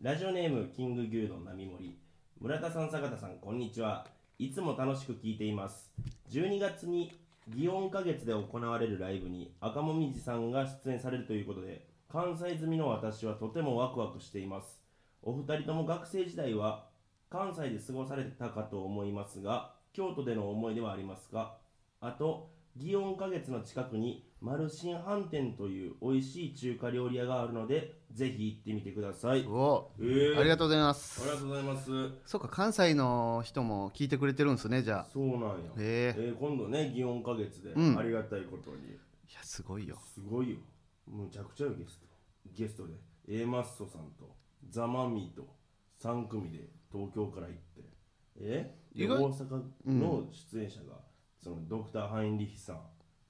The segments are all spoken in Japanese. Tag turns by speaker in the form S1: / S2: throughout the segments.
S1: ラジオネームキング牛丼並盛村田さん坂田さんこんにちはいつも楽しく聞いています12月に祇園花月で行われるライブに赤もみじさんが出演されるということで関西済みの私はとてもワクワクしていますお二人とも学生時代は関西で過ごされてたかと思いますが京都での思い出はありますかあと祇園花月の近くに丸新飯店という美味しい中華料理屋があるのでぜひ行ってみてください、
S2: うお
S1: えー
S2: ありがとうございま
S1: あ
S2: す
S1: りがとうございます。
S2: そうか関西の人も聞いてくれてるんですねじゃあ
S1: そうなんや。え
S2: へえ
S1: ー今度ね、祇園花月で、
S2: うん
S1: ありがたいことに。
S2: いやすごいよ
S1: すごいよ。むちゃくちゃよ、ゲスト。ゲストで、A マッソさんと、ザ・マミーと、3組で東京から行って、えで
S2: 意外
S1: 大阪の出演者が、そのドクター・ハインリヒさん、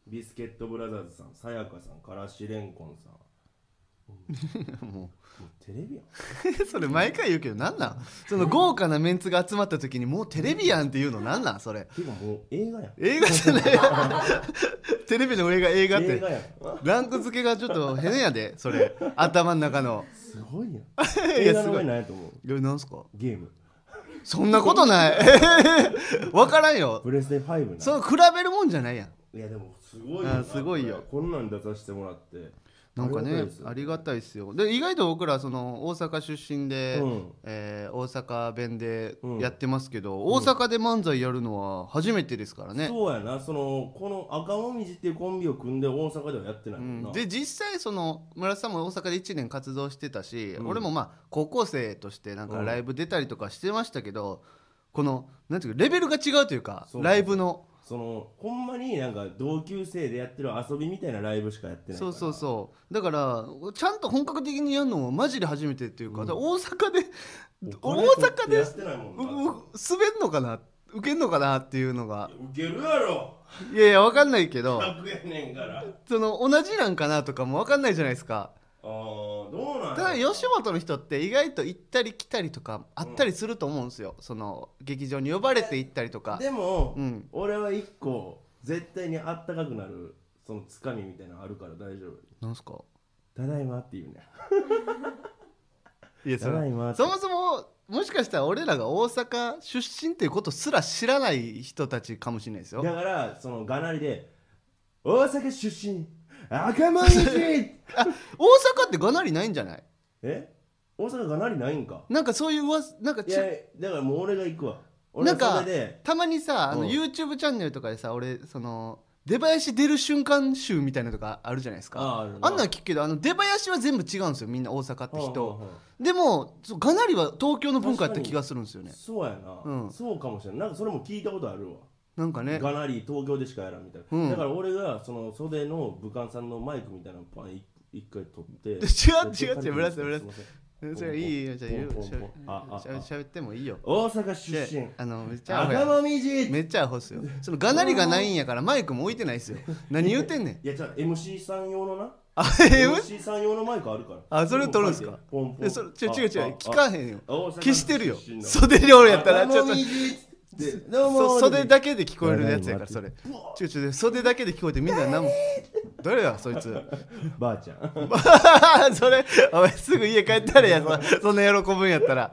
S1: ビスケット・ブラザーズさん、さやかさん、からしれんこんさん。
S2: も
S1: もうテレビやん。
S2: う それ毎回言うけどなんなん その豪華なメンツが集まった時にもうテレビやんっていうのなんなんそれ
S1: ていうかもう映画やん。
S2: 映画じゃない テレビの上が映画っ
S1: 映
S2: て
S1: 画や ん。
S2: ランク付けがちょっと変やでそれ頭の中の
S1: すごいやん。
S2: い
S1: 映
S2: や
S1: 画
S2: す
S1: の
S2: ご
S1: 上
S2: い
S1: ないと思う。
S2: えなんすか
S1: ゲーム。
S2: そんなことない わからんよ
S1: プレステ5な。
S2: その比べるもんじゃないやん
S1: いやでもすごいな
S2: あーすごいよ
S1: これこんなん出させてもらって
S2: なんかねあ
S1: あ
S2: り
S1: り
S2: が
S1: が
S2: たいですよで意外と僕らその大阪出身で、
S1: うん
S2: えー大阪弁で
S1: うん
S2: やってますけど、大阪で漫才やるのは初めてですからね、
S1: そうやなそのこの赤もみじっていうコンビを組んで大阪ではやってないもんな、
S2: うん
S1: で
S2: で実際その村瀬さんも大阪で1年活動してたし、
S1: うん
S2: 俺もまあ高校生としてなんか
S1: うん
S2: ライブ出たりとかしてましたけど、このなんていうかレベルが違うというか
S1: そう
S2: ライブの
S1: そのほんまになんか同級生でやってる遊びみたいなライブしかやってないか
S2: そ
S1: ら
S2: うそうそうだからちゃんと本格的にやるのはマジで初めてっていうか,、大阪で大
S1: お金取っ
S2: 阪
S1: て
S2: で
S1: やってないもん
S2: うう
S1: な
S2: 滑んのかな受けんのかなっていうのが
S1: ウケるやろ
S2: いやいやわかんな いけど
S1: 100やねんからあ
S2: その同じなんかなとかもわかんないじゃないですか
S1: あーどうなんやろ
S2: ただ吉本の人って意外と行ったり来たりとかあったりすると思うんですよ、その劇場に呼ばれて行ったりとか
S1: でも、
S2: うん
S1: 俺は一個絶対にあったかくなるそのつかみみたいなのあるから大丈夫
S2: なんすか
S1: ただいまっていうね
S2: いや
S1: ただいまって
S2: そもそももしかしたら俺らが大阪出身っていうことすら知らない人たちかもしれないですよ
S1: だからそのがなりで大阪出身赤まみじ
S2: あ大阪ってがなりないんじゃない
S1: え大阪がなりないんか
S2: なんかそういう噂なんか
S1: い
S2: ち
S1: やだからもう俺が行くわ俺
S2: な
S1: は
S2: んか
S1: それで
S2: たまにさあの
S1: うん
S2: YouTube チャンネルとかでさ俺その出囃子出る瞬間集みたいなのとかあるじゃないですか
S1: ああるな
S2: あんなん聞くけどあの出囃子は全部違うんですよみんな大阪って人、
S1: はあはあは
S2: でもそうがなりは東京の文化やった気がするんですよ
S1: あ
S2: ね
S1: そうやな、
S2: うん
S1: そうかもしれないなんかそれも聞いたことあるわ
S2: なんかね
S1: がなり東京でしかやらんみたいな、
S2: うん
S1: だから俺がその袖の武漢さんのマイクみたいなのパンい一回取って違
S2: 違う違う違う村瀬村瀬それいいよじゃあ言
S1: ポ
S2: う
S1: ンポン
S2: しゃべ
S1: あああ
S2: しゃべしゃべってもいいよ
S1: 大阪
S2: で
S1: 出身
S2: あのめっちゃアホ
S1: 赤
S2: や
S1: まみじ
S2: めっちゃアホっすよそのがなりがないんやからマイクも置いてな いっすよ何言うてんねん
S1: いやじゃあ MC さん用のな
S2: あ
S1: MC さん用のマイクあるから
S2: あそれ取るんすか
S1: ポンポン
S2: えそれ違う違う違
S1: あ
S2: う
S1: あ
S2: 聞かへんよ
S1: あ大阪
S2: 消してるよ
S1: 出身の
S2: 袖料やったらちょ
S1: 赤
S2: っと
S1: もみじってどうも
S2: そ袖
S1: け
S2: だけで聞こえるやつやからそれちょちょ袖だけで聞こえてみんな 何も誰やそいつ
S1: ばあちゃん
S2: それお前すぐ家帰ったら やそそんな喜ぶんやったら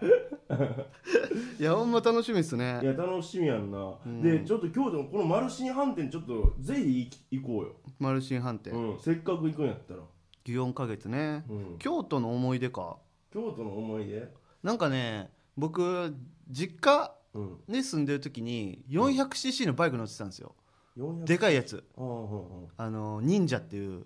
S2: いやほんま楽しみっす
S1: い
S2: ね
S1: や楽しみやんなでちょっと京都のこのマルシン飯店ちょっとぜひ行こ
S2: マルシン飯
S1: う
S2: 店
S1: ようんせっかく行くんやったら
S2: 祇園花月ね
S1: うん
S2: 京都の思い出か
S1: 京都の思い出
S2: なんかね僕実家
S1: うん
S2: に住んでる時に 400cc のバイク乗ってたんですよ
S1: 400
S2: でかいやつ
S1: ああはあはあ
S2: あの忍者っていう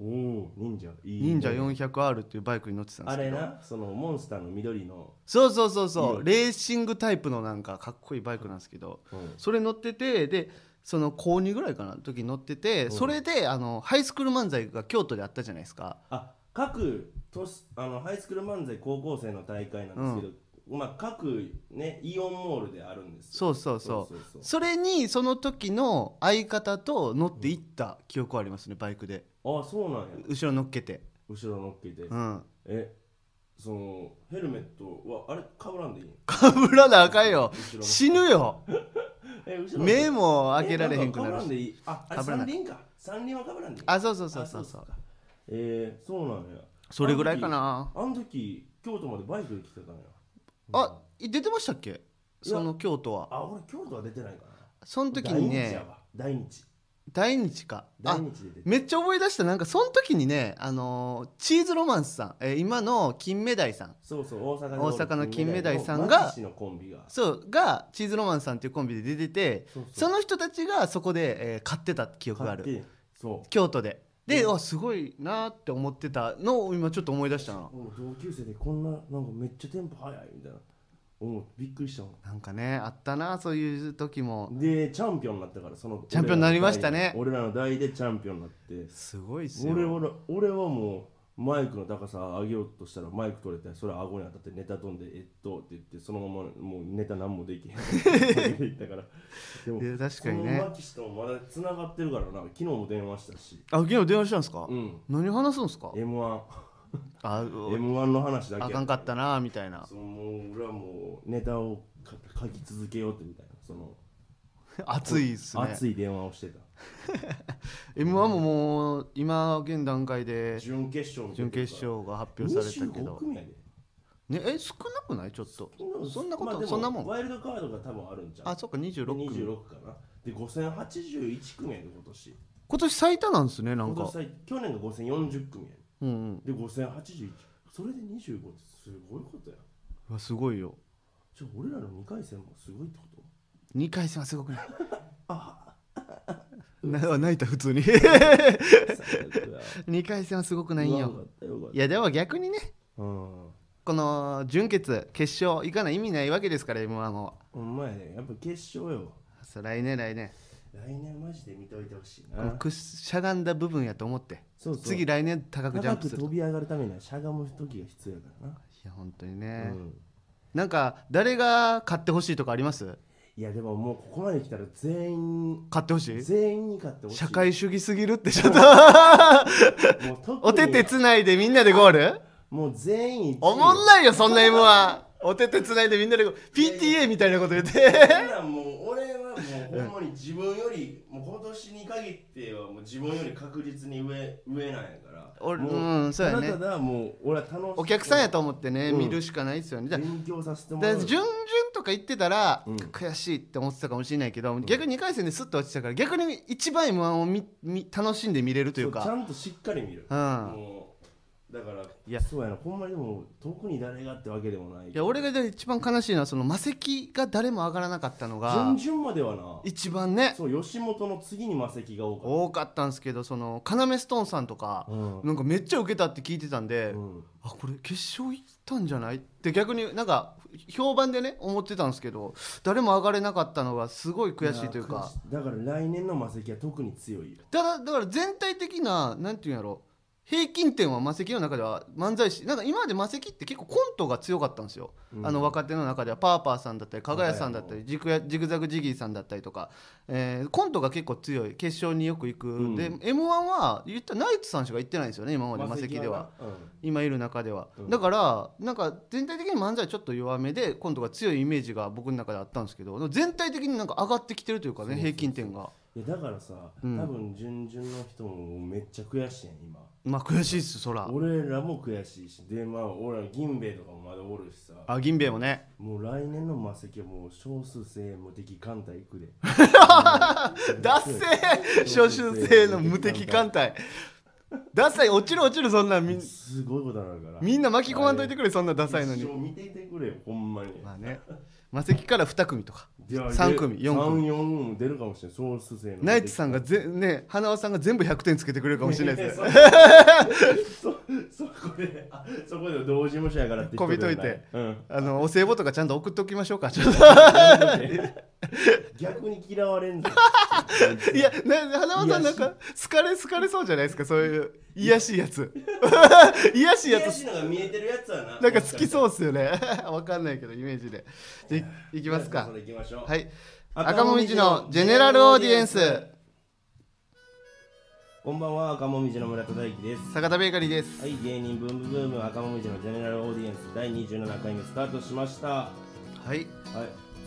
S1: おお忍者いいね
S2: 忍者 400R っていうバイクに乗ってたんで
S1: あ
S2: すけ
S1: れ
S2: ど
S1: なそのモンスターの緑の
S2: そうそうそうそ
S1: いうい
S2: レーシングタイプのなんかかっこいいバイクなんですけど
S1: うん
S2: それ乗っててでその高2ぐらいかな時に乗っててそれであのハイスクール漫才が京都であったじゃないですか
S1: あ各都市あのハイスクール漫才高校生の大会なんですけど、まあ各ねイオンモールであるんですよ
S2: そうそうそう
S1: そうそう
S2: それにその時の相方と乗って行った記憶はありますねバイクで
S1: ああそうなんや
S2: 後ろ乗っけて
S1: 後ろ乗っけて、
S2: うん
S1: えそのヘルメットはあれかぶらんでいいの
S2: かぶらなあかんよ
S1: 後ろ
S2: 死ぬよ
S1: え後ろ
S2: 目も開けられへんく
S1: えか
S2: な
S1: ぶ
S2: る
S1: らんで
S2: し
S1: いいああれ
S2: 被らな
S1: 三
S2: い
S1: 輪か三輪はかぶらんでいい
S2: あそうそうそうそう
S1: あ
S2: そ
S1: っ
S2: う
S1: すかえー、そうなんや
S2: それぐらいかな
S1: あの時あの時京都までバイクで来てたのよ
S2: あい出てましたっけ
S1: いや
S2: その京都は
S1: あ俺京都は出てないかな
S2: その時
S1: 大
S2: に
S1: 日や
S2: ね
S1: わ大日
S2: 大日か
S1: 大
S2: あ
S1: 日で出て
S2: めっちゃ思い出したなんかその時にねあのーチーズロマンスさん、えー今の金目鯛さん
S1: そうそう大阪で
S2: 大阪の金目鯛さんが
S1: 松橋のコンビが
S2: そうがチーズロマンスさんっていうコンビで出てて
S1: そう
S2: その人たちがそこで、えー買ってた記憶があ
S1: 買
S2: る
S1: ってそう
S2: 京都でで、
S1: うん
S2: あすごいなーって思ってたのを今ちょっと思い出したな
S1: うん同級生でこんななんかめっちゃテンポ速いみたいな思うびっくりしたも
S2: なんかねあったなそういう時も
S1: んでチャンピオンになったからその
S2: チャンピオンになりましたね
S1: 俺らの代でチャンピオンになって
S2: すごいっすよ
S1: 俺は俺はもうマイクの高さ上げようとしたらマイク取れてそれ顎に当たってネタ飛んでえっとって言ってそのままもうネタ何もで きへんって言ったからでも
S2: いや確かにね
S1: このマキシともまだ繋がってるからな昨日も電話したし
S2: あ昨日電話したんですか、
S1: うん
S2: 何話すんですか
S1: m 1
S2: あ
S1: m 1の話だけ
S2: あかんかったなーみたいな
S1: そのもう俺はもうネタを書書き続けようってみたいなその
S2: 熱いっすね
S1: 熱い電話をしてた
S2: m 1ももう今現段階で
S1: 準決勝の時とか
S2: 準決勝が発表されたけ
S1: 25
S2: ど、
S1: 組やで
S2: ね、え少なくないちょっとそんなこ
S1: まあ
S2: と、
S1: で
S2: そんなもん
S1: ワイルドカードが多分あるんじゃん
S2: あそっか26組
S1: 26かなで5081組やで今年
S2: 今年最多なんですねなん
S1: 今
S2: か
S1: 年最去年が5040組や
S2: うんうん
S1: でで5081それで25ってすごいことや
S2: うわすごいよ
S1: じゃあ俺らの2回戦もすごいって こと
S2: 2回戦はすご くないな泣いた普通に 2回戦はすごくないん
S1: よ
S2: よいやでも逆にね
S1: うん
S2: この準決決勝行かない意味ないわけですから m 1も
S1: ほんまやねやっぱ決勝よ
S2: そう来年来年
S1: 来年マジで見といてほしい
S2: この
S1: な
S2: くししゃがんだ部分やと思って
S1: そうそう
S2: 次来年高くジャン
S1: 高
S2: プ
S1: く
S2: する
S1: 飛び上がるためにはしゃがむ時が必要やからな、
S2: いや本当にね、
S1: うん
S2: なんか誰が買ってほしいとかあります
S1: いやでももうここまで来たら全員
S2: 買ってほしい
S1: 全員に勝ってほしい
S2: 社会主義すぎるって ちょっと
S1: もう特に
S2: お手手つないでみんなでゴール
S1: もう全員
S2: おもんないよそんな m 1お手手つないでみんなでゴール PTA みたいなこと言って
S1: そんなんもう俺はもうほんまに自分よりもう今年に限ってはもう自分より確実に上上なんやから
S2: 俺
S1: も
S2: うんそうやね
S1: ただただもう俺は楽しい
S2: お客さんやと思ってね、
S1: うん
S2: 見るしかないですよねだ
S1: 勉強させてもら
S2: だ
S1: う
S2: から順々とか言ってたら、
S1: うん
S2: 悔しいって思ってたかもしれないけど、逆に2回戦ですっと落ちたから逆に一番 m 1をみみ楽しんで見れるという
S1: そ
S2: か
S1: ちゃんとしっかり見る、
S2: うん
S1: もうだからいやそうやなほんまにでも特に誰がってわけでもない
S2: いや俺がで一番悲しいのはその魔石が誰も上がらなかったのが
S1: 準々まではな
S2: 一番ね
S1: そう吉本の次に魔石が多かっ
S2: 多かったんですけどその要ストーンさんとか、
S1: たうん、
S2: なんかめっちゃ受けたって聞いてたんで、
S1: うん
S2: あこれ決勝行ったんじゃないって逆になんか評判でね思ってたんですけど誰も上がれなかったのがすごい悔しいというか。
S1: や悔しいだから来年の魔石は特に強いよ
S2: ただだから全体的ななんていうんやろ平均点は魔石の中では漫才師なんか今まで魔石って結構コントが強かったんですよ、
S1: うん
S2: あの若手の中ではパーパーさんだったり加賀谷さんだった
S1: 加賀
S2: りジグやジグザグジギーさんだったりとか、えーコントが結構強い決勝によく行く、
S1: ん
S2: で m 1は言ったらナイツさんしか行ってないんですよね今まで魔石では。
S1: な、うん
S2: 今いる中では、
S1: うん
S2: だからなんか全体的に漫才ちょっと弱めでコントが強いイメージが僕の中であったんですけど全体的になんか上がってきてるというかね平均点が
S1: いやだからさ、
S2: うん
S1: 多分準々の人もめっちゃ悔しいやん今
S2: まあ悔しいっすそら
S1: 俺らも悔しいしでまあ俺ら銀兵衛とかもまだおるしさ
S2: あ銀兵衛もね
S1: もう来年の魔石はもう少数精鋭無敵艦隊行くで
S2: ダッセー少数制の無敵艦隊ダサい落ちる落ちるそんなんみん
S1: すごいことになるから
S2: みんな巻き込まんといて
S1: く
S2: くれそんなダサいの
S1: 一
S2: に
S1: 生見ていてくれよほんまに
S2: まあね魔石から2組とか
S1: いや
S2: 3組
S1: で
S2: 4組
S1: 3 4組も出るかもしれない少数制の
S2: ナイツさんがぜね花輪さんが全部100点つけてくれるかもしれないですね
S1: そそこであそこで同事務所やからって
S2: こびといて
S1: うん
S2: あのお歳暮とかちゃんと送っときましょうかちょっ
S1: 逆に嫌われんぞ
S2: といやな花輪さんなんか好かれ好かれそうじゃないですかそういう癒やしいやつ 癒や しいや
S1: 悔
S2: つ
S1: しいのが見えてるやつはな
S2: なんか好き
S1: う
S2: そうっすよねわかんないけどイメージでじゃいいきますか
S1: それ行きましょう
S2: はい赤もみじのジェネラルオーディエンス
S1: こんばんは赤もみじの村田大樹です
S2: 坂田ベーカリーです
S1: はい芸人ブームブーム赤もみじのジェネラルオーディエンス第27回目スタートしましたは
S2: はい
S1: い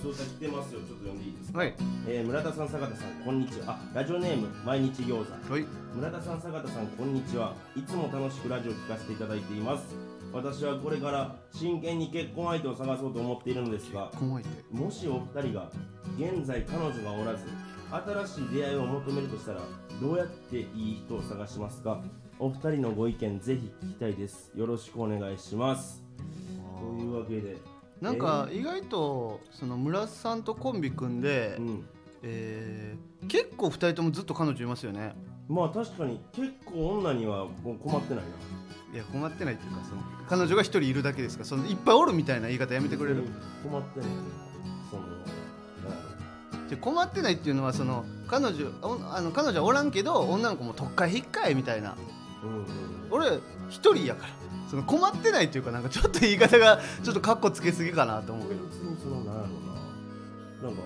S1: 通知来てますよちょっと読んでいいですか、
S2: はい
S1: えー村田さん坂田さんこんにちはあラジオネーム毎日餃子
S2: はい
S1: 村田さん坂田さんこんにちはいつも楽しくラジオを聞かせていただいていますフ私はこれから真剣に結婚相手を探そうと思っているのですが
S2: 怖いって
S1: もしお二人が現在彼女がおらず新しい出会いを求めるとしたらどうやっていい人を探しますかお二人のご意見ぜひ聞きたいですよろしくお願いしますというわけで
S2: なんか意外とその村さんとコンビ組んで、
S1: うん
S2: えー結構2人ともずっと彼女いますよね
S1: まあ確かに結構女にはもう困ってないない
S2: や困ってないっていうかその彼女が1人いるだけですからそのいっぱいおるみたいな言い方やめてくれる、
S1: 困ってないなそのなんやろ
S2: で困ってないっていうのはその彼女おあの彼女はおらんけど女の子も特会引っかえみたいな
S1: うんうん
S2: 俺1人やからその困ってないっていうかなんかちょっと言い方がちょっとカッコつけすぎかなと思うけ
S1: 俺
S2: ど
S1: 別にそのなんやろななんか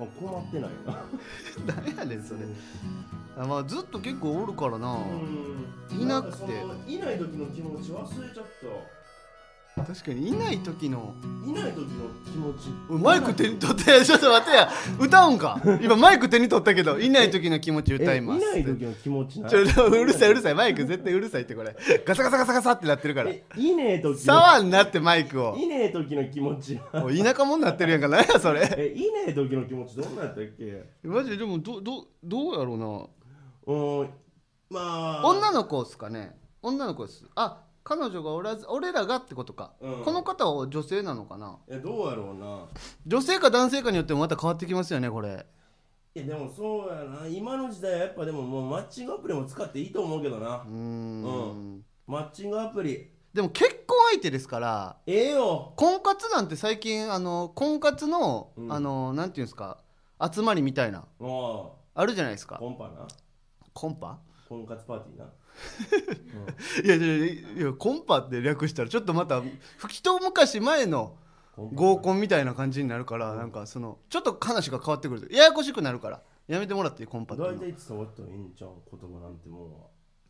S1: あ困ってないな
S2: 何やねんそれあまあずっと結構おるからな、
S1: うん
S2: いなくて
S1: んかそのいない時の気持ち忘れちゃった
S2: 確かにいない時の
S1: いない時の気持ち
S2: おいマイク手に取ったやちょっと待って や歌うんか今マイク手に取ったけどいない時の気持ち歌います
S1: えいない時の気持ちな
S2: ちょっとうるさいうるさいマイク絶対うるさいってこれガサガサガサガサってなってるから
S1: えいねえ時の
S2: 触んなってマイクを
S1: いねえ時の気持ち
S2: おい田舎者になってるやんか何やそれ
S1: えいねえ時の気持ちどんなんやったっけ
S2: マジででもどどどうやろう
S1: うんまあ
S2: な女の子っすかね女の子ですあ彼女がおらず俺らがってことか、
S1: うん
S2: この方は女性なのかない
S1: やどうやろうな
S2: 女性か男性かによってもまた変わってきますよねこれ
S1: いやでもそうやな今の時代はやっぱでももうマッチングアプリも使っていいと思うけどな
S2: うーん
S1: うんマッチングアプリ
S2: でも結婚相手ですから
S1: ええよ
S2: 婚活なんて最近あの婚活の、
S1: うん
S2: あのなんていうんですか集まりみたいな
S1: も
S2: あるじゃないです
S1: う
S2: か
S1: コンパな
S2: コンパ
S1: 婚活パーティーな
S2: いやいやいやコンパって略したらちょっとまた吹きと昔前の
S1: うん
S2: 合コンみたいな感じになるから、なんかそのちょっと話が変わってくるややこしくなるからやめてもらっていいコンパっていう
S1: 大
S2: の
S1: 体伝わったらええんちゃう言葉なんてもんは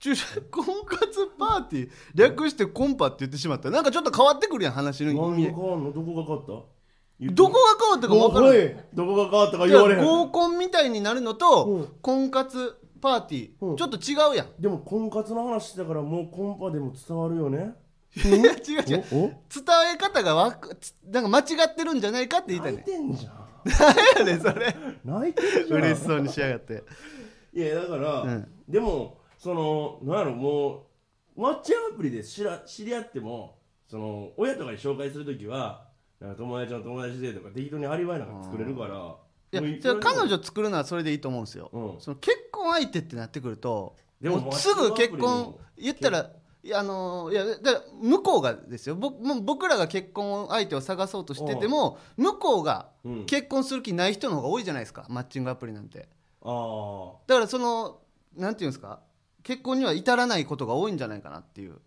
S2: 注射 婚活パーティー略してコンパって言ってしまったなんかちょっと変わってくるやん話の意
S1: 何
S2: 味
S1: が
S2: で
S1: 変わんのどこが変わった言って
S2: どこが変わったか分からない
S1: おいどこが変わったか
S2: い
S1: 言われ
S2: や
S1: へん
S2: 合コンみたいになるの
S1: うん
S2: と婚活パーティ
S1: う
S2: ー
S1: ん
S2: ちょっと違うやん
S1: でも婚活の話してたからもうコンパでも伝わるよね
S2: いや 違う違う
S1: おお
S2: 伝え方がわくつなんか間違ってるんじゃないかって言いたい
S1: 泣い
S2: ね
S1: てんじゃん
S2: 何やねんそれ
S1: 泣いてんじゃん
S2: 嬉しそうにしやがって
S1: いやだから、
S2: うん
S1: でもそのなんやろもうマッチングアプリで知ら知り合ってもその親とかに紹介するときはなんか友達の友達でとか適当にアリバイなんか作れるから
S2: いや
S1: もういく
S2: じゃ
S1: ら
S2: あ
S1: でも
S2: 彼女作るのはそれでいいと思うんですよ、
S1: うん
S2: その結婚相手ってなってくると
S1: でも
S2: もうすぐ結婚言ったらいやあのいやだから向こうがですよ僕もう僕らが結婚相手を探そうとしてても向こうが
S1: うん
S2: 結婚する気ない人の方が多いじゃないですかマッチングアプリなんて
S1: あ
S2: だからそのなんていうんですか結婚には至らないことが多いんじゃないかなっていう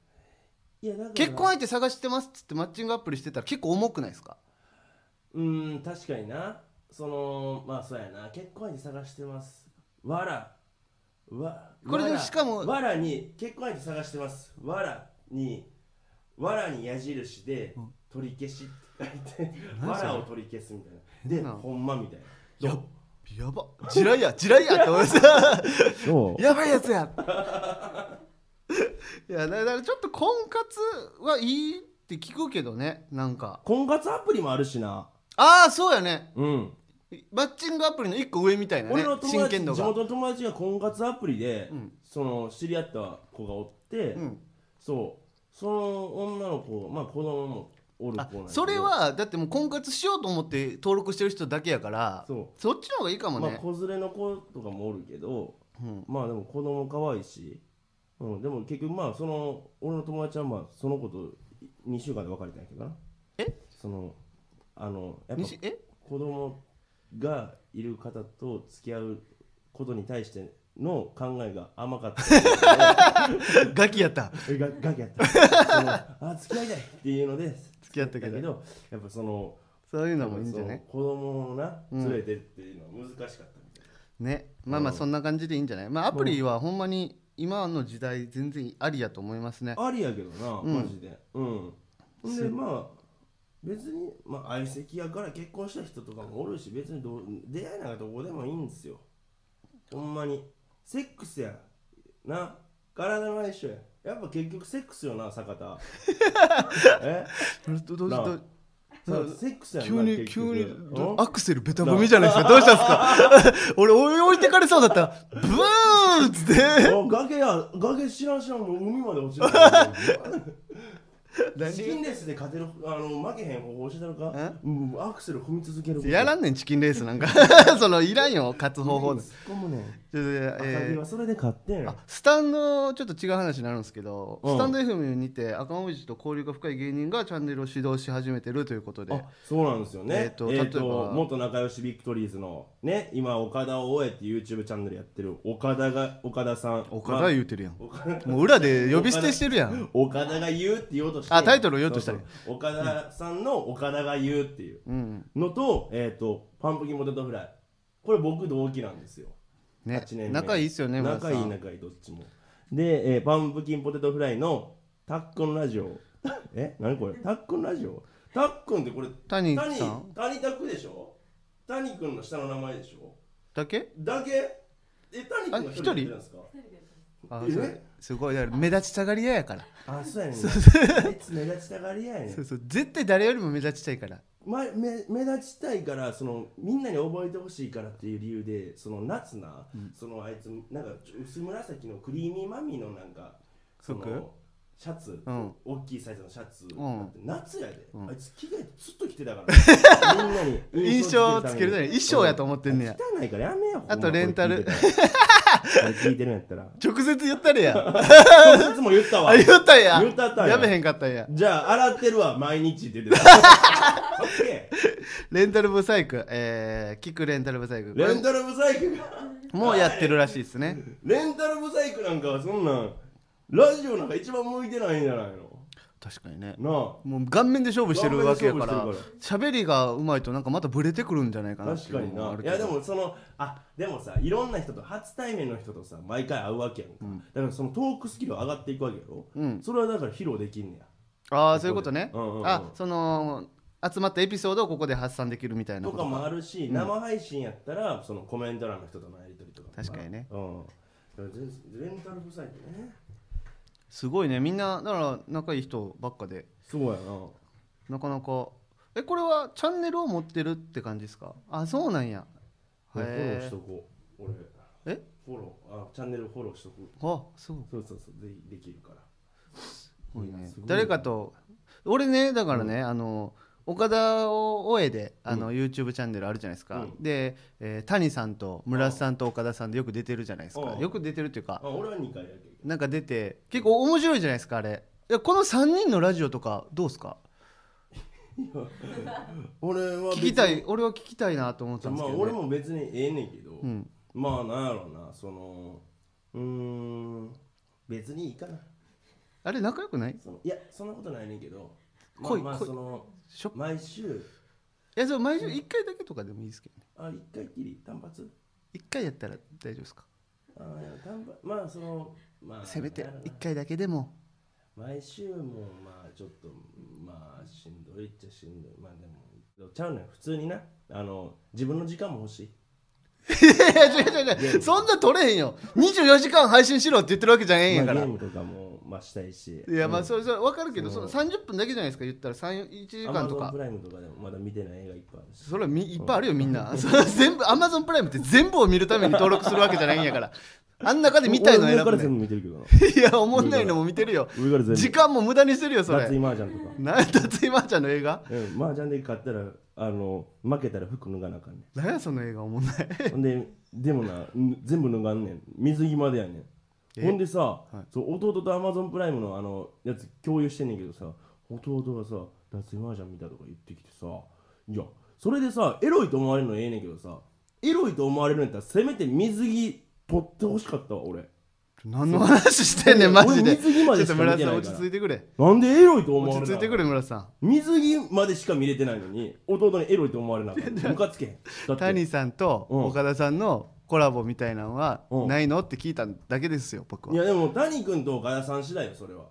S1: ーいやだから
S2: 結婚相手探してますっつってマッチングアプリしてたら結構重くないですか
S1: うーん確かになそのまあそうやな結婚相手探してますわらわ
S2: これで
S1: わら
S2: しかも
S1: わらに結婚相手探してますわらにわらに矢印で取り消しって書いて
S2: 何
S1: わ
S2: それ
S1: らを取り消すみたいなで
S2: 何なの
S1: ほんまみたいな
S2: ややば地雷や地雷やって思いました
S1: そ
S2: やばいやつや いやだからちょっと婚活はいいって聞くけどねなんか
S1: 婚活アプリもあるしな
S2: ああそうやね
S1: うん
S2: マッチングアプリの一個上みたいなね
S1: 俺の友
S2: 真
S1: 達
S2: 剣
S1: 地
S2: 度
S1: 元
S2: が
S1: の友達が婚活アプリで、
S2: うん
S1: その知り合った子がおって、
S2: うん
S1: そうその女の子まあ子供もおる子な
S2: あ
S1: んやけど
S2: それはだってもう婚活しようと思って登録してる人だけやから
S1: そう
S2: そっちの方がいいかも
S1: まあ
S2: ね、
S1: 子連れの子とかもおるけど
S2: うん
S1: まあでも子供可愛いし、うん、でも結局まあその俺の友達はまあその子と2週間で別れたんやけどな
S2: え
S1: そのあのやっぱ
S2: 西え
S1: 子供がいる方と付き合うことに対しての考えが甘かった
S2: ガキやった
S1: えがガキやったそのあ付き合いたいっていうので
S2: 付き合ったけ
S1: だ
S2: ど
S1: けどやっぱその
S2: そういうのもいいんじゃない
S1: その子供をな
S2: うん
S1: 連れてっていうのは難しかったみたいな。
S2: ねまあまあそんな感じでいいんじゃない、まあ、アプリはほんまに今の時代全然ありやと思いますね
S1: ありやけどな、
S2: うん
S1: マジでうんほんでまあ別に、まあ、相席やから結婚した人とかもおるし別にどう出会いなんかどこでもいいんですよほんまにセックスやな体が一緒ややっぱ結局セックスよな坂 田え
S2: どどうし
S1: なあ
S2: どう
S1: そう
S2: な
S1: セックスやん
S2: 急
S1: な
S2: に
S1: 結
S2: 急
S1: 局
S2: にど
S1: うん
S2: アクセルベタ踏みじゃないですかどうしたんですか 俺置いてかれそうだったブーンっつって
S1: あ崖や崖知らん知らんもう海まで落ちるチキンレースで勝てるあの負けへん方法してるか
S2: え
S1: うんアクセル踏み続けること
S2: やらんねんチキンレースな んかそのいらんよ勝つ方法
S1: 突
S2: で
S1: っ
S2: す
S1: 込むねん
S2: ちょっとえ
S1: 赤
S2: ー
S1: 木はそれで勝ってん
S2: あスタンドちょっと違う話になるんですけど、
S1: うん
S2: スタンド FM にて赤もみじと交流が深い芸人がチャンネルを指導し始めてるということで
S1: あそうなんですよね。え
S2: え
S1: っ、
S2: ーと
S1: と、
S2: 例えば
S1: 元仲良しビクトリーズのね、今岡田を終えって YouTube チャンネルやってる岡田が岡田さん。
S2: 岡田
S1: まあ
S2: 言うてるやんもう裏で呼び捨てしてるや ん
S1: 岡田が言うって言おうとして
S2: あタイトルを言おうとした
S1: そうそう岡田さんの岡田が言うっていう
S2: うん
S1: のと、えっ、とパンプキンポテトフライこれ僕同期なんですよ
S2: ね
S1: 8年目
S2: 仲いいっすよね村田さ
S1: 仲
S2: ん
S1: いい仲いいどっちもで、えーパンプキンポテトフライのタックンラジオえ何これタックンラジオタックンってこれ
S2: 谷さん
S1: 谷谷拓でしょ谷君の下の名前でしょ
S2: だけ
S1: だけえ谷君が一人やってるんですか
S2: あ
S1: え
S2: そうすごいだから目立ちたがり屋やから
S1: あそうやねん あいつ目立ちたがりやね、
S2: そうんそう絶対誰よりも目立ちたいから
S1: ま、目目立ちたいからそのみんなに覚えてほしいからっていう理由でその夏な、そのあいつなんかちょ薄紫のクリーミーマミーのなんかそ
S2: 服
S1: のシャツ、
S2: うん
S1: 大きいサイズのシャツ、
S2: ん
S1: 夏やで、
S2: うん
S1: あいつ着替えてずっと着てたからみんなに
S2: 印象をつけるために衣装やと思ってんねや
S1: 汚いからやめよう
S2: あとレンタル
S1: これ聞いてたらこれ聞いてるんやったら
S2: 直接言ったれ や
S1: そういつも言ったわ
S2: あ言ったんや
S1: 言ったったんや
S2: やめへんかったんや
S1: じゃあ洗ってるわ毎日って言 ってたかっけえ
S2: レンタルブサイクえー、キクレンタルブサイクこれ
S1: レンタルブサイクが
S2: もうやってるらしいですね
S1: レンタルブサイクなんかはそんなんラジオなんか一番向いてないんじゃない
S2: 確かにね
S1: の
S2: もう顔面で勝負してるわけやから
S1: 顔面で
S2: 喋りがうまいとなんかまたブレてくるんじゃないか
S1: な
S2: な
S1: あ
S2: って
S1: 確
S2: いう
S1: か
S2: の
S1: に
S2: もあ
S1: な
S2: る
S1: い
S2: け
S1: や
S2: ど
S1: でもそのあでもさいろんな人と初対面の人とさ毎回会うわけやんか、だからそのトークスキル上がっていくわけやろ、
S2: うん
S1: それはだから披露できんねや
S2: ああそういうことね、
S1: うんうんうん
S2: あその集まったエピソードをここで発散できるみたいな
S1: と
S2: こと
S1: かもあるし、生配信やったらそのコメント欄の人とのやり取りとか
S2: 確かにね
S1: うんだからレレンタルブサイクね
S2: すごいねみんなだから仲いい人ばっかで
S1: そうやな
S2: なかなかえこれはチャンネルを持ってるって感じですかあそうなんや
S1: フォローし
S2: へ
S1: とこう俺
S2: ええ
S1: フォローあチャンネルフォローしとく
S2: あそう
S1: そうそうそうでできるから
S2: すごいね
S1: すごい
S2: 誰かと俺ねだからね、あの岡田を終えであの、YouTube チャンネルあるじゃないですか、
S1: う
S2: で、えー谷さんと村瀬さんと岡田さんでよく出てるじゃないですか
S1: うん
S2: よく出てるっていうか
S1: あ俺は2回やるけど
S2: なんか出て結構面白いじゃないですかあれいやこの3人のラジオとかどうですか
S1: 俺は
S2: 聞
S1: 別に
S2: きたい俺は聞きたいなと思ってたんで
S1: ますあ
S2: けど、ね
S1: 俺も別にええねんけど、
S2: うん
S1: まあなんやろうなそのうーん別にいいかな
S2: あれ仲良くない
S1: そのいやそんなことないねんけどまあ
S2: 来い
S1: まあ
S2: 来い
S1: その
S2: しょ
S1: 毎週
S2: いやそう毎週1回だけとかでもいいですけどね
S1: あ一回きり単発
S2: 1回やったら大丈夫ですか
S1: あいや単発まあそのまあ
S2: せめて
S1: なんやろな
S2: 1回だけでも
S1: 毎週もまあちょっとまあしんどいっちゃしんどいまあでもちゃうねん普通になあの自分の時間も欲しい
S2: いやいや違う違う違う そんな取れへんよ24時間配信しろって言ってるわけじゃねえんや
S1: まあ、ゲ
S2: から
S1: ームとかもまあしたいし
S2: いやまあそれそれ分かるけどそ
S1: そ
S2: の
S1: う
S2: 30分だけじゃないですか言ったら1時間と
S1: Amazon
S2: か
S1: プライムとかでもまだ見てない映画いっぱいあるし
S2: それはみいっぱいあるよみんなそれ全部アマゾンプライムって全部を見るために登録するわけじゃないんやからあん中で見たいの
S1: 俺上
S2: 選
S1: か
S2: ぶ
S1: ら
S2: ね
S1: 全部見てるけ どな
S2: いや、おもんないのも見てるよ。
S1: 上から全部
S2: 時間も無駄にしてるよ、そ
S1: 脱
S2: れ。
S1: 衣麻雀とか
S2: なんだ、ついまーちゃんの映画
S1: うん麻雀で勝ったらあの負けたら服脱がなあかんね
S2: 何や、その映画おもんない。
S1: んほんででもなん全部脱がんねん水着までやねんほんでさ、そう弟とアマゾンプライムのあのやつ共有してんねんけどさ弟がさ脱衣麻雀見たとか言ってきてさいやそれでさエロいと思われるのええねんけどさエロいと思われるんやったらせめて水着取ってほしかったわ俺
S2: 何の話してんねん、マジで。
S1: 俺水着ま
S2: ちょ
S1: で
S2: っ
S1: し
S2: と
S1: か見てない
S2: 村
S1: か
S2: 瀬
S1: ら
S2: さん、落ち着いてくれ。
S1: なんでエロいと思わ
S2: 落
S1: れな
S2: ち着いてくれ、村瀬さん。
S1: 水着までしか見れてないのに弟にエロいと思われなか ったムカつけへんだって
S2: 谷さんと
S1: うん
S2: 岡田さんのコラボみたいなのは
S1: うん
S2: ないのって聞いただけですよ、僕
S1: い
S2: は。
S1: やでも谷君と岡田さん次第よそれは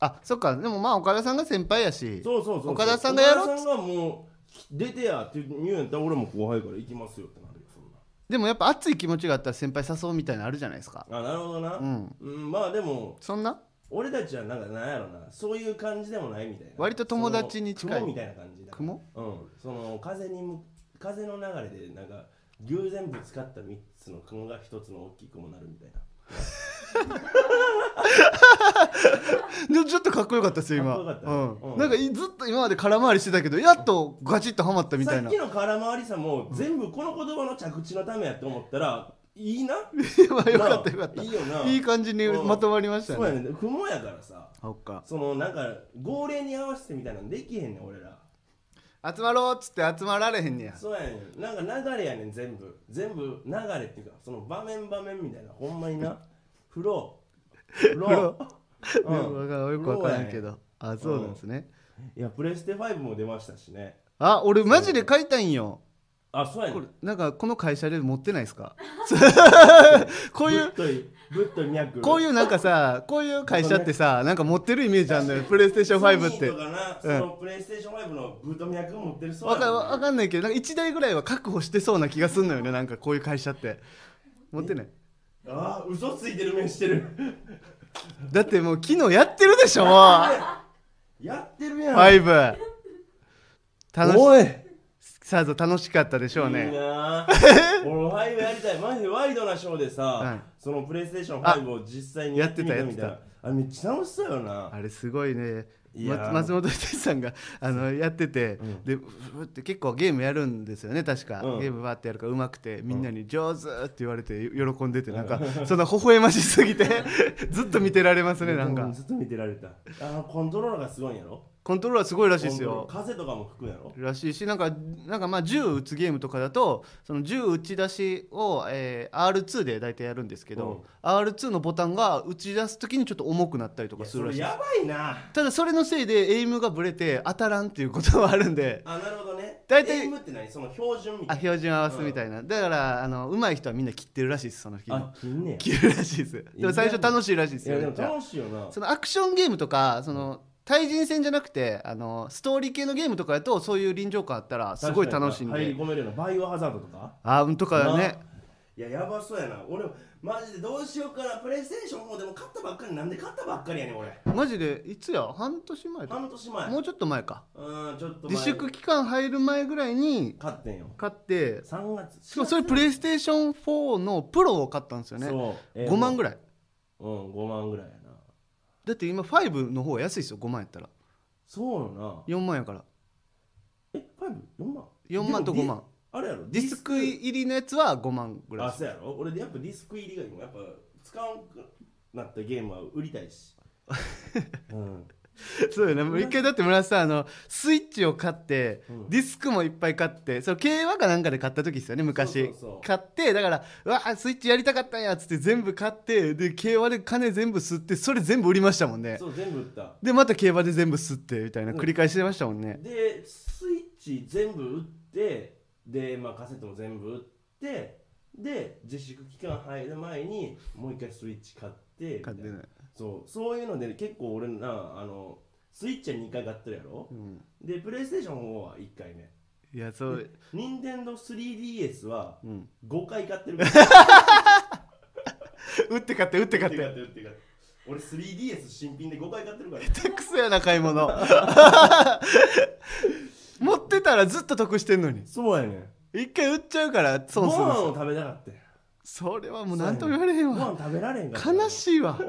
S2: あ、そっか、でもまあ、岡田さんが先輩やし、
S1: そうそうそうそう
S2: 岡田さんがやろうっ
S1: 岡
S2: つ
S1: 田さんがもう出てやって言うんやったら俺も後輩から行きますよってなるよそんな
S2: でもやっぱ熱い気持ちがあったら先輩誘うみたいなのあるじゃないですか。
S1: あなるほどな
S2: うん、
S1: うんまあでも
S2: そんな
S1: 俺たちはなんかなんやろなそういう感じでもないみたいな
S2: 割と友達に近い
S1: その雲みたいな感じだ
S2: 雲
S1: うんその風にむ風の流れでなんか偶然ぶつかった3つの雲が1つの大きい雲になるみたいな
S2: でもちょっとかっこよかったですよ今
S1: かっこよかったね
S2: うん
S1: うん
S2: なんかいずっと今まで空回りしてたけどやっとガチッとはまったみた
S1: さ
S2: い
S1: っ
S2: な
S1: きの空回りさも全部この言葉の着地のためやと思ったらいいな
S2: まあよかったよかった
S1: いいよない
S2: い感じに
S1: うん
S2: まとまりました
S1: そうや
S2: ね
S1: ね雲やからさ
S2: そっか
S1: そのなんか号令に合わせてみたいなのできへんねん俺ら
S2: 集まろうっつって集まられへんねや
S1: そうやねんなんか流れやねん全部全部流れっていうかその場面場面みたいなほんまに なフローフロー
S2: でも
S1: う
S2: わ
S1: ん
S2: かよくわからんけ
S1: フローやね
S2: どあそうなんですね
S1: いやプレステ5も出ましたしね
S2: あ俺マジで書いたんよ
S1: あそうやね
S2: こ
S1: ん
S2: れなんかこの会社で持ってないです かこういう
S1: ぶっといぶっとい脈
S2: こういうなんかさこういう会社ってさなんか持ってるイメージあるのよプレイステーション5っ
S1: ソ
S2: て
S1: ニーとかな、そのプレイステーション5のブート脈持ってるそう
S2: わか
S1: やもん
S2: わかんないけどなんか1台ぐらいは確保してそうな気がすんのよねなんかこういう会社って持ってない
S1: ああ嘘ついてる面してる
S2: だってもう昨日やってるでしょ5
S1: やってるやん
S2: 楽し
S1: おい
S2: さぞ楽しかったでしょう
S1: いい
S2: ね
S1: なあ俺ファイブやりたいマジでワイドなショーでさ、
S2: はい
S1: そのプレイステーション5を実際にやってみたみたい
S2: やっ
S1: なあれめっちゃ楽しそうよな
S2: あれすごいね
S1: いやー
S2: ま松本哲さんがあのやってて、でふふって結構ゲームやるんですよね確か、
S1: うん
S2: ゲームバーってやるからうまくてみんなに「上手!」って言われて喜んでてなんかそんな微笑ましすぎて ずっと見てられますねなん
S1: う
S2: か
S1: ずっと見てられたあのコントローラーがすごいんやろ
S2: コントローラーすごいらしい
S1: コ
S2: で
S1: ン
S2: す
S1: トローラ
S2: よ
S1: ー風とかも吹くんやろ
S2: らしいしなんかなんかまあ銃撃つゲームとかだとその銃撃ち出しを、えー R2 で大体やるんですけど、R2 のボタンが撃ち出す時にちょっと重くなったりと
S1: いや
S2: かす
S1: そ
S2: るら
S1: れ
S2: しい
S1: やばいな
S2: ただそれのせいでエイムがぶれて当たらんっていうことはあるんで
S1: あなるほどね
S2: 大体
S1: エイムって何その標準みたい
S2: あ
S1: な
S2: 標準合わすみたいな、だからあの上手い人はみんな切ってるらしいですその日
S1: あ切んね
S2: 切るらしいですでも最初楽しいらしいです
S1: やい
S2: よ
S1: やで
S2: めっ
S1: も楽
S2: ちゃ
S1: しいよな
S2: そのアクションゲームとかその対人戦じゃなくてあのストーリー系のゲームとかだとそういう臨場感あったらすごい楽しいん
S1: 入り
S2: で
S1: 込めるようなバイオハザードとか
S2: あうんとかね
S1: いややばそうやな俺マジでどうしようかなプレイステーションもでも買ったばっかりなんで買ったばっかりやねん俺
S2: マジでいつや半年前だ
S1: 半年前
S2: もうちょっと前か
S1: うんちょっと前
S2: 自粛期間入る前ぐらいに
S1: 買ってんよ
S2: 買って
S1: 3月
S2: しかもそれプレイステーション4のプロを買ったんですよね
S1: そう、
S2: 5万ぐ
S1: らい
S2: らい
S1: うん5万ぐらいやな
S2: だって今5の方が安いですよ5万やったら
S1: そうよ
S2: 4万やから
S1: なえファイブ4万
S2: 4万と
S1: で
S2: 5
S1: も
S2: 万
S1: ディあれやろ
S2: ディスク入りのやつは5万ぐらい
S1: あ
S2: です
S1: そうやろ俺やっぱディスク入りが今やっぱ使わんくなったゲームは売りたい しうん
S2: そうよねもう一回だって村瀬さんあのスイッチを買って、ディスクもいっぱい買ってその競馬かなんかで買った時ですよね
S1: そう
S2: 昔
S1: そうそう
S2: 買ってだからうわあスイッチやりたかったんやっつって全部買ってで競馬で金全部吸ってそれ全部売りましたもんね
S1: そう全部売った
S2: でまた競馬で全部吸ってみたいな繰り返してましたもんね、
S1: でスイッチ全部売ってで、まあ、カセットも全部売ってで自粛期間入る前にもう一回スイッチ買ってみた
S2: 買
S1: い
S2: っ
S1: な
S2: てない、
S1: そうそういうので結構俺なあのスイッチは2回買ってるやろ
S2: う、ん、
S1: でプレイステーション4は1回目
S2: いやそう
S1: 任天堂 3DS は
S2: うん
S1: 5回買って るから
S2: 打って買って打って買って
S1: 買ってるって買って俺 3DS 新品で5回買ってる から
S2: 下手くそやな買 い物持ってたらずっと得してんのに
S1: そうやねん
S2: 一回売っちゃうから
S1: ご
S2: 損するんです
S1: 飯
S2: よ
S1: を食べたかったよ
S2: それはもう何とも言われへん
S1: ご
S2: わ
S1: 飯食べられへんかった
S2: 悲しいわ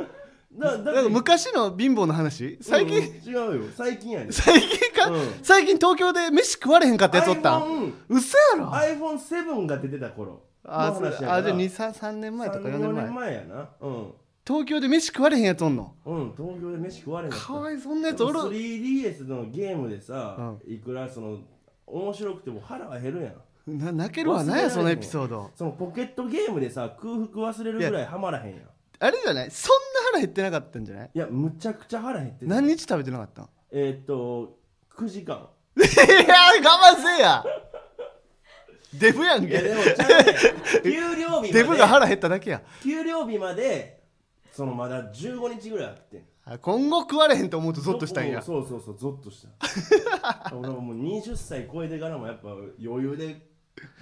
S1: だだ
S2: だ
S1: っ
S2: か
S1: て
S2: ら昔の貧乏の話最近、
S1: うん違うよ最近や ねん
S2: 最近か、
S1: うん
S2: 最近東京で飯食われへんかったやつおったん
S1: iPhone-
S2: 嘘やろ
S1: iPhone7 が出てた頃
S2: あ
S1: の
S2: そうあ
S1: 話
S2: じ
S1: や
S2: ゃ
S1: か
S2: あ
S1: ら
S2: 23年前とか4
S1: 3
S2: 年前
S1: 年前やなうん
S2: 東京で飯食われへんやつおんの
S1: うん東京で飯食われへんかった
S2: かわいそんなやつおる
S1: 3DS のゲームでさ、いくらその面白くても腹が減るやん
S2: な泣けるわなんやそのエピソード
S1: そのポケットゲームでさ空腹忘れるぐらいハマらへんやんい
S2: あれじゃないそんな腹減ってなかったんじゃない
S1: やむちゃくちゃ腹減ってた
S2: 何日食べてなかったん
S1: えーっと9時間
S2: いや我慢せえやデブやん
S1: いやで
S2: け
S1: もちゃう ねん給料日まで
S2: デブが腹減っただけや
S1: 給料日までそのまだ15日ぐらいあってん
S2: あ今後食われへんと思うとゾッとしたんや
S1: そうそうそうゾッとした 俺はもう20歳超えてからもやっぱ余裕で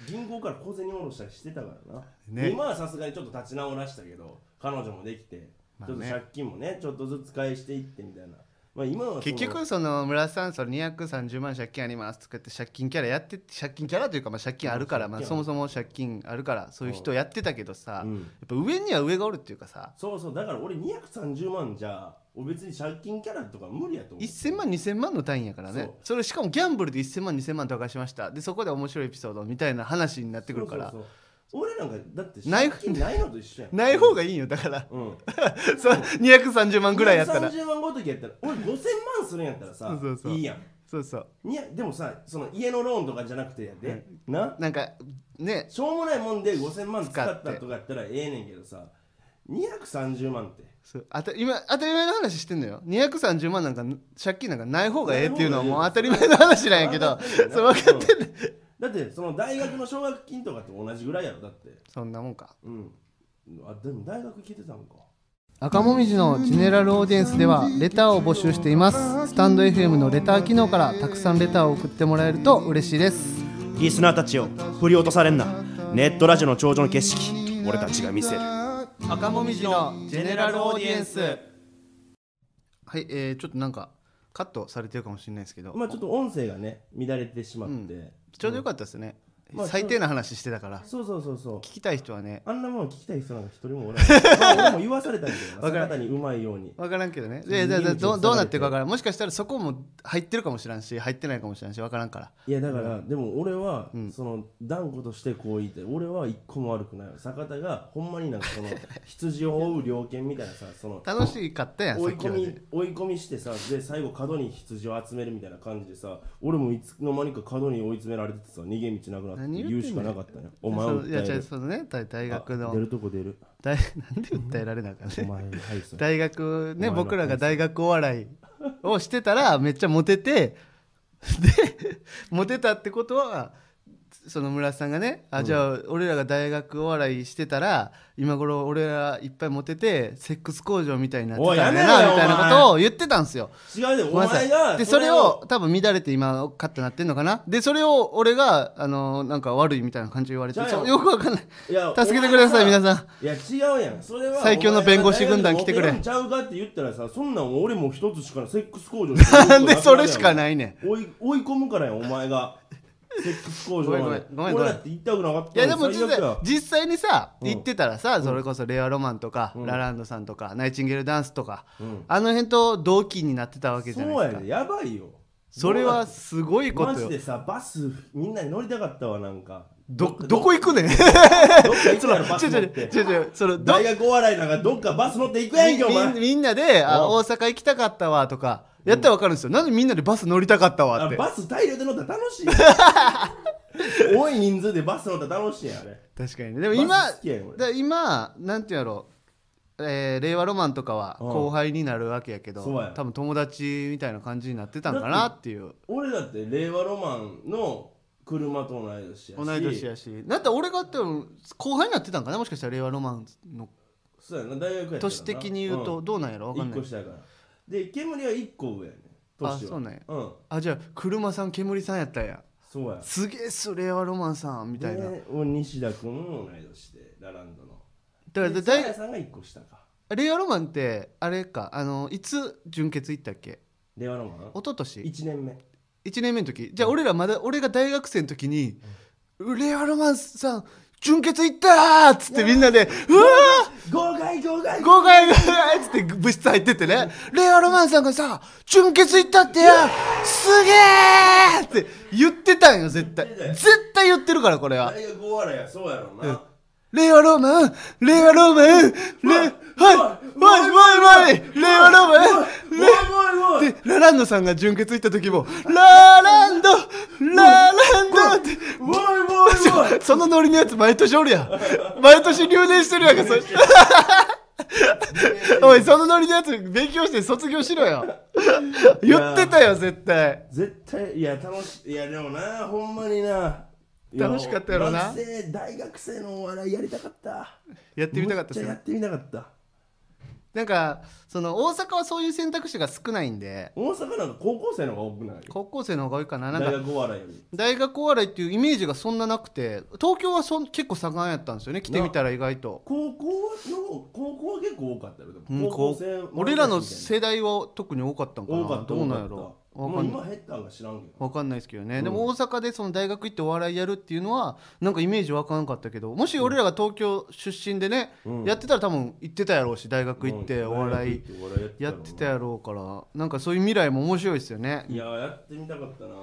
S1: 銀行から小銭下ろしたりしてたからな、
S2: ね
S1: 今はさすがにちょっと立ち直らしたけど彼女もできて
S2: まあ
S1: ちょっと
S2: ね
S1: 借金もねちょっとずつ返していってみたいな、まあ、今はその
S2: 結局その村さんその230万借金ありますとかって借金キャラやって借金キャラというかまあ借金あるから
S1: うん
S2: まあ
S1: 借金
S2: そもそも借金あるからそういう人やってたけどさ
S1: う
S2: や
S1: ん
S2: っぱ上には上がおるっていうかさ
S1: そうそうだから俺230万じゃ俺別に借金キャラとか無理やと思う
S2: 1000万2000万の単位やからね
S1: そう
S2: それしかもギャンブルで1000万2000万とかしましたでそこで面白いエピソードみたいな話になってくるか
S1: そ
S2: ら
S1: うそうそう俺なんかだって
S2: ない
S1: 借金ないのと一緒やん
S2: ない方
S1: が
S2: がいいよだから
S1: うん
S2: そう230万ぐらいやったら
S1: 30万ごときやったら俺5000万するんやったらさ
S2: そうそうそう
S1: いいやん
S2: そうそう
S1: いやでもさその家のローンとかじゃなくてやで、
S2: はい
S1: な
S2: なんかね
S1: しょうもないもんで5000万使っ
S2: 使ったて
S1: とかやったらええねんけどさ230万って
S2: そうあた今当たり前の話してんのよ230万なんか借金なんかない方がええっていうのはもう当たり前の話なんやけ どそう分かってんねん
S1: だってその大学の奨学金とかと同じぐらいやろだって
S2: そんなもんか
S1: うんあでも大学行けてたんか
S2: 赤もみじのジェネラルオーディエンスではレターを募集していますスタンド FM のレター機能からたくさんレターを送ってもらえると嬉しいです
S3: リスナーたちを振り落とされんなネットラジオの頂上の景色俺たちが見せる
S2: 赤もみじのジェネラルオーディエンスはいえー、ちょっとなんかカットされてるかもしれないですけど、
S1: まあちょっと音声がね乱れてしまって、
S2: ちょうどよかったですね、
S1: まあ
S2: 最低な話してたから
S1: そうそうそうそう
S2: 聞きたい人はね
S1: あんなもの聞きたい人なんか一人もおら ない、まあ俺も言わされたんやけど
S2: わ
S1: な
S2: からん
S1: 坂田にうまいように
S2: 分からんけどね
S1: そう
S2: でで
S1: 逃げ
S2: で
S1: 道
S2: ど
S1: を
S2: うどう
S1: 塞がれ
S2: なって
S1: て
S2: るか分からんもしかしたらそこも入ってるかもしらんし入ってないかもしらんし分からんから
S1: いやだから、でも俺は、その断固としてこう言って俺は一個も悪くないわ坂田がほんまになんかその羊を追う猟犬みたいなさその
S2: 楽しかったやんさ
S1: 追い
S2: っき
S1: 込
S2: ま
S1: み
S2: で
S1: 追い込みしてさで最後角に羊を集めるみたいな感じでさ俺もいつの間にか角に追い詰められててさ逃げ道なくなって
S2: 何言ってんねん
S1: 言うしかなかったねお前
S2: そ
S1: を
S2: うい
S1: 訴
S2: や
S1: え
S2: 違う
S1: る
S2: そのね大大学
S1: あ
S2: の
S1: 出るとこ出る
S2: 大 なんで訴えられな あかん
S1: お
S2: ね
S1: 前の敗訴
S2: 大学ね
S1: お前の
S2: 僕らが大学お笑いをしてたらめっちゃモテてで モテたってことはその村さんがねあじゃあ俺らが大学お笑いしてたら今頃俺らいっぱいモテてセックス工場みたいになってたん
S1: おい
S2: やなみ
S1: やめろよ
S2: たいなことを言ってたんですよ
S1: 違うでお
S2: ごめんなさ
S1: 前が
S2: いでそれを多分乱れて今カットなってんのかなでそれを俺があのなんか悪いみたいな感じで言われ
S1: じ
S2: て
S1: ゃあよ
S2: そうよくわかんない
S1: いや
S2: 助けてください
S1: お前
S2: 皆
S1: が
S2: さん
S1: いや違うやんそれは
S2: 最強の弁護士軍団来てくれ
S1: お前が大学でモテるんちゃうかって言ったらさそんなん俺も一つしかないセックス工場しか
S2: なんでそれしか
S1: い
S2: ないねん
S1: 追い追い込むからやんお前がセックス工場まで
S2: ごめんごめんごめんごめん
S1: 俺だって行ったくなかっ
S2: い
S1: た
S2: やでも実
S1: 最悪や
S2: 際実際にさ
S1: うん
S2: 行ってたらさ、それこそレアロマンとか、
S1: うん
S2: ラランドさんとかナイチンゲールダンスとか、
S1: うん
S2: あの辺と同期になってたわけじゃ
S1: そう
S2: ないです
S1: や
S2: か
S1: でやばいよ
S2: それはすごいこ
S1: マ
S2: と
S1: ジ
S2: よ
S1: でさバスみんなに乗りたかったわなんか
S2: どどこ行くねんち
S1: どっか行くやろバス
S2: ょち
S1: 乗
S2: ょ
S1: っ
S2: ちょ
S1: て
S2: ちょちょそのど
S1: 大学お笑いなんかどっかバス乗って行くやんけお
S2: み
S1: 前
S2: みみんなであ
S1: お
S2: 大阪行きたかったわとかやったら分かるんですよ、なんでみんなでバス乗りたかったわ
S1: あ
S2: って
S1: バス大量で乗ったら楽しいよ 多い人数でバス乗ったら楽しいやんあれ
S2: 確かにねでも今
S1: バス好きやん俺
S2: だ今なんていうんやろえー令和ロマンとかは
S1: うん
S2: 後輩になるわけやけど、
S1: そうや
S2: 多分友達みたいな感じになってたんかなっていう
S1: 俺だって令和ロマンの車と同い年やし
S2: 同い年やしだって俺が多分後輩になってたんかなもしかしたら令和ロマンの
S1: そうやな大学やったからな
S2: 年的に言うとどうなんやろわかん
S1: 1
S2: な
S1: 個
S2: い
S1: 下やからで煙は1個上やね年は
S2: あそうなんや
S1: うん
S2: あじゃあ車さん煙さんやったんや
S1: そうや
S2: すげえっす令和ロマンさんみたいな
S1: で俺西田君も同い年でラランドの
S2: だから
S1: で
S2: だ
S1: サーヤ
S2: い
S1: さんが1個下か
S2: 令和ロマンってあれかあのいつ純潔行ったっけ
S1: 令和ロマン
S2: 一昨年
S1: 1年目
S2: 1年目の時じゃあ俺らまだ俺が大学生の時に「令和ロマンさん純潔行った!」っつってみんなで「うわー
S1: 豪快豪快
S2: 豪快豪快っつって部室入ってってね、レイアロマンさんがさ、純潔行ったってや、すげえって言ってたんよ、絶対。
S1: 言ってたよ
S2: 絶対言ってるから、これは。
S1: 大学お笑いやそうやろな、、
S2: レイアロマン、レイアロマン、レイ、はいう
S1: まい
S2: わい、わい、わい、レイアロマン、
S1: おいおいおいおい
S2: で、ラランドさんが純潔行った時も、ラランド、ラランドって、
S1: おいおいおい
S2: そのノリのやつ毎年おるやん。毎年留年してるやんか、そ おい、そのノリのやつ勉強して卒業しろよ。言ってたよ、絶対。
S1: 絶対いや楽しいやでもなほんまにな
S2: 楽しかったやろな
S1: 学生大学生のお笑いやりたかった
S2: やってみたかっ
S1: め
S2: たっす
S1: ちゃや
S2: よ
S1: っ。てみたかった
S2: なんかその大阪はそういう選択肢が少ないんで
S1: 大阪なんか高校生の方が多くない
S2: 高校生の方が多いかななん
S1: 大
S2: か
S1: 学お笑いより
S2: 大学お笑いっていうイメージがそんななくて東京はそん結構盛んやったんですよね来てみたら意外と、
S1: 高校の高校は結構多かったよでも
S2: うん
S1: 高校生
S2: 俺らの世代は特に多かったんかな
S1: 多かった
S2: どうなんや
S1: 多かった
S2: ろわ
S1: も
S2: か
S1: うん
S2: ない
S1: 今減ったんか知らんけど
S2: わかんないですけどね、
S1: うん
S2: でも大阪でその大学行ってお笑いやるっていうのはなんかイメージわかんなかったけどもし俺らが東京出身でね、
S1: うん
S2: やってたら多分行ってたやろうし大学行ってお笑い
S1: うん大学行ってお笑い
S2: やってた
S1: ろ
S2: やろうからなんかそういう未来も面白いですよね
S1: うないややってみたかったな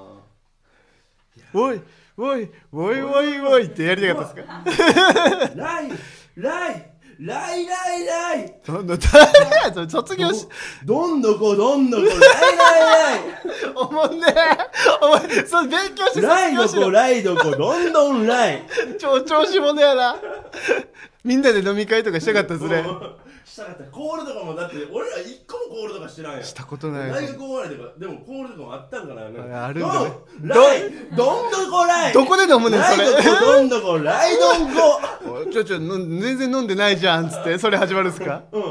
S2: おいおいおいおいおいってやりたかったですか
S1: ライライライライライ
S2: そんな 誰やそれ卒業し
S1: どんどこどんどこライ
S2: おもんねお前それ勉強して卒
S1: ライライライ
S2: 業
S1: ど
S2: し
S1: こ
S2: ろ
S1: ライどこどんどんライ
S2: 超調子者やなみんなで飲み会とかしたかったそれ
S1: もうしたかったコールとかもだって俺ら一個もコールとかしてないやん
S2: したことない
S1: 大学お笑いとかでもコールとかもあったんかななんか
S2: あるんだね
S1: どんライどんどこライ
S2: どこで飲むねんそれ
S1: ライどこどんどこライどんこ
S2: おいちょちょの全然飲んでないじゃんっつってそれ始まるんすか
S1: うん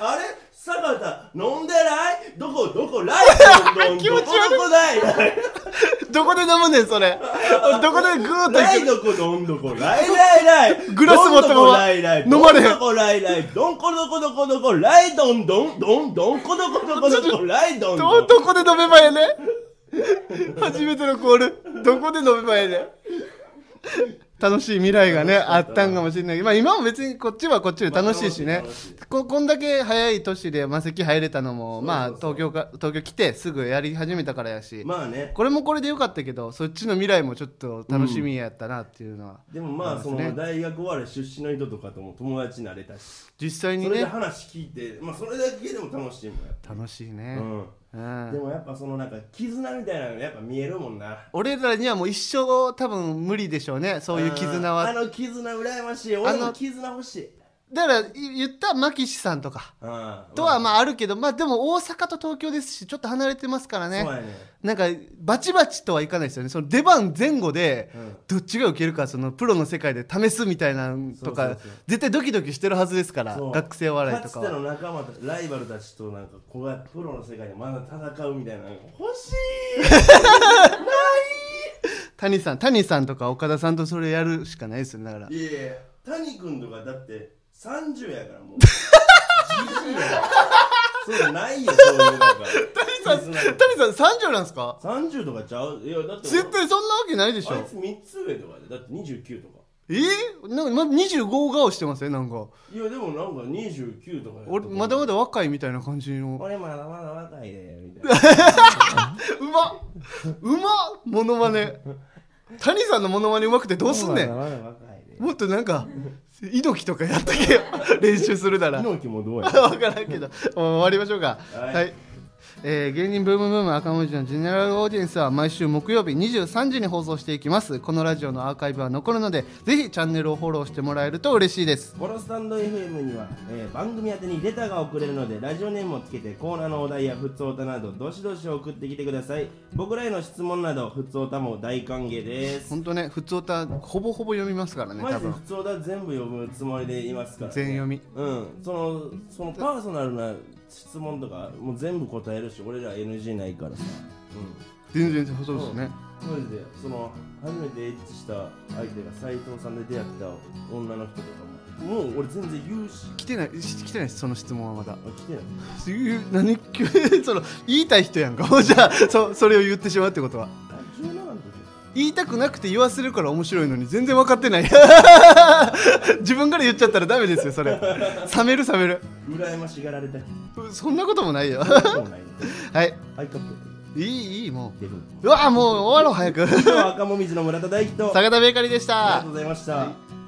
S1: あれ坂田飲んでないどこどこライどんどん
S2: 気持
S1: ど
S2: ち悪い
S1: こどこライライ
S2: どこで飲むねんそれ俺どこでグーッと
S1: ラ
S2: 行
S1: イ
S2: く
S1: どこどんどこライライライ
S2: グラス持ったまま
S1: どんどこライライ
S2: 飲まれへん
S1: どんどこライライどんこどこどこどこライどんどんどんどんこどこどこどこライどんど
S2: ど
S1: ん
S2: どこで飲めばええねん初めてのコールどこで飲めばええねん楽しい未来がねあったんかもしれないけど、まあ、今も別にこっちはこっちで楽しいし
S1: まあ
S2: ね
S1: 楽しい楽しい
S2: ここんだけ早い年で魔石入れたのもまあ
S1: そうそうそう
S2: 東京か東京来てすぐやり始めたからやし、
S1: まあね
S2: これもこれでよかったけどそっちの未来もちょっと楽しみやったなっていうのは、
S1: でもまあ
S2: まあ
S1: そ
S2: そうね
S1: の大学終わり出身の人とかとも友達になれたし
S2: 実際に
S1: それで
S2: ね
S1: 話聞いてまあそれだけでも楽しいもんや
S2: 楽しいね、
S1: う
S2: うん
S1: んでもやっぱそのなんか絆みたいなのがやっぱ見えるもんな
S2: 俺らにはもう一生多分無理でしょうねそういう絆は
S1: あの絆羨ましい俺
S2: あ
S1: も
S2: の
S1: 絆欲しい
S2: だからい言ったマキシさんとかと
S1: と
S2: はま
S1: あ
S2: ああるけどまあでも大阪と東京ですしちょっと離れてますからね
S1: そうやね
S2: なんかバチバチとはいかないですよねその出番前後で
S1: うん
S2: どっちが受けるかそのプロの世界で試すみたいなのと
S1: そう
S2: か
S1: そうそう
S2: 絶対ドキドキしてるはずですから
S1: そう
S2: 学生お笑いとか
S1: かつて
S2: は
S1: の仲間たちライバルたちとなんか子がプロの世界でまだ戦うみたいなのが欲しい
S2: 谷さん谷さんとか岡田さんとそれやるしかないですよねだから
S1: いやいや谷君とかだって30やからもうじじいやからそうないよそういうのが
S2: 谷さん30なんですか
S1: 30とかちゃういやだって
S2: 絶対そんなわけないでし
S1: あい
S2: ょ
S1: つ3つ上とかでだって29とか
S2: えー、なんかま25顔してますねなんか
S1: いやでもなんか29とかやったと
S2: 俺
S1: 思う
S2: まだまだ若いみたいな感じの
S1: 俺まだまだ若いでみたいな
S2: うまっうまっモノマネ谷さんのモノマネうまくて どうすんね
S1: ま
S2: ん
S1: だまだ若い で
S2: もっとなんか猪木とかやっとけよ練習するなら
S1: 猪木もど うや
S2: 分からんけどもう終わりましょうか
S1: は
S2: はいい、えー芸人ブームブーム赤文字のジェネラルオーディエンスは毎週木曜日23時に放送していきますこのラジオのアーカイブは残るのでぜひチャンネルをフォローしてもらえると嬉しいです
S1: このスタンド FM には、えー番組宛てにレターが送れるのでラジオネームをつけてコーナーのお題やふつおたなどどしどし送ってきてください僕らへの質問などふつおたも大歓迎です
S2: 本当ね普通歌ほぼほぼ読みますからね
S1: マ
S2: 多
S1: ジで
S2: 分
S1: ふつおた全部読むつもりでいますから、
S2: 全読み
S1: うんそのそのパーソナルな質問とかもう全部答えるし俺ら NG ないからさ
S2: 全然そうですね
S1: うんマジでその初めてエッチした相手が斎藤さんで出会った女の人とかももう俺全然言うし
S2: 来てないし来てないですその質問はまだ
S1: あ来てない
S2: そういう何その言いたい人やんかもうじゃあそそれを言ってしまうってことは
S1: あ17の時
S2: 言いたくなくて言わせるから面白いのに全然分かってない 自分から言っちゃったらダメですよそれ冷める冷める
S1: 羨ましがられたくて
S2: そんなこともないよ
S1: そうないの
S2: はい
S1: アイカップ
S2: いいいいも
S1: 出る
S2: ううわもう終わろう早く
S1: 今日は赤もみじの村田大樹とあり
S2: 坂田ベーカリーでした
S1: がとうございました、
S2: はい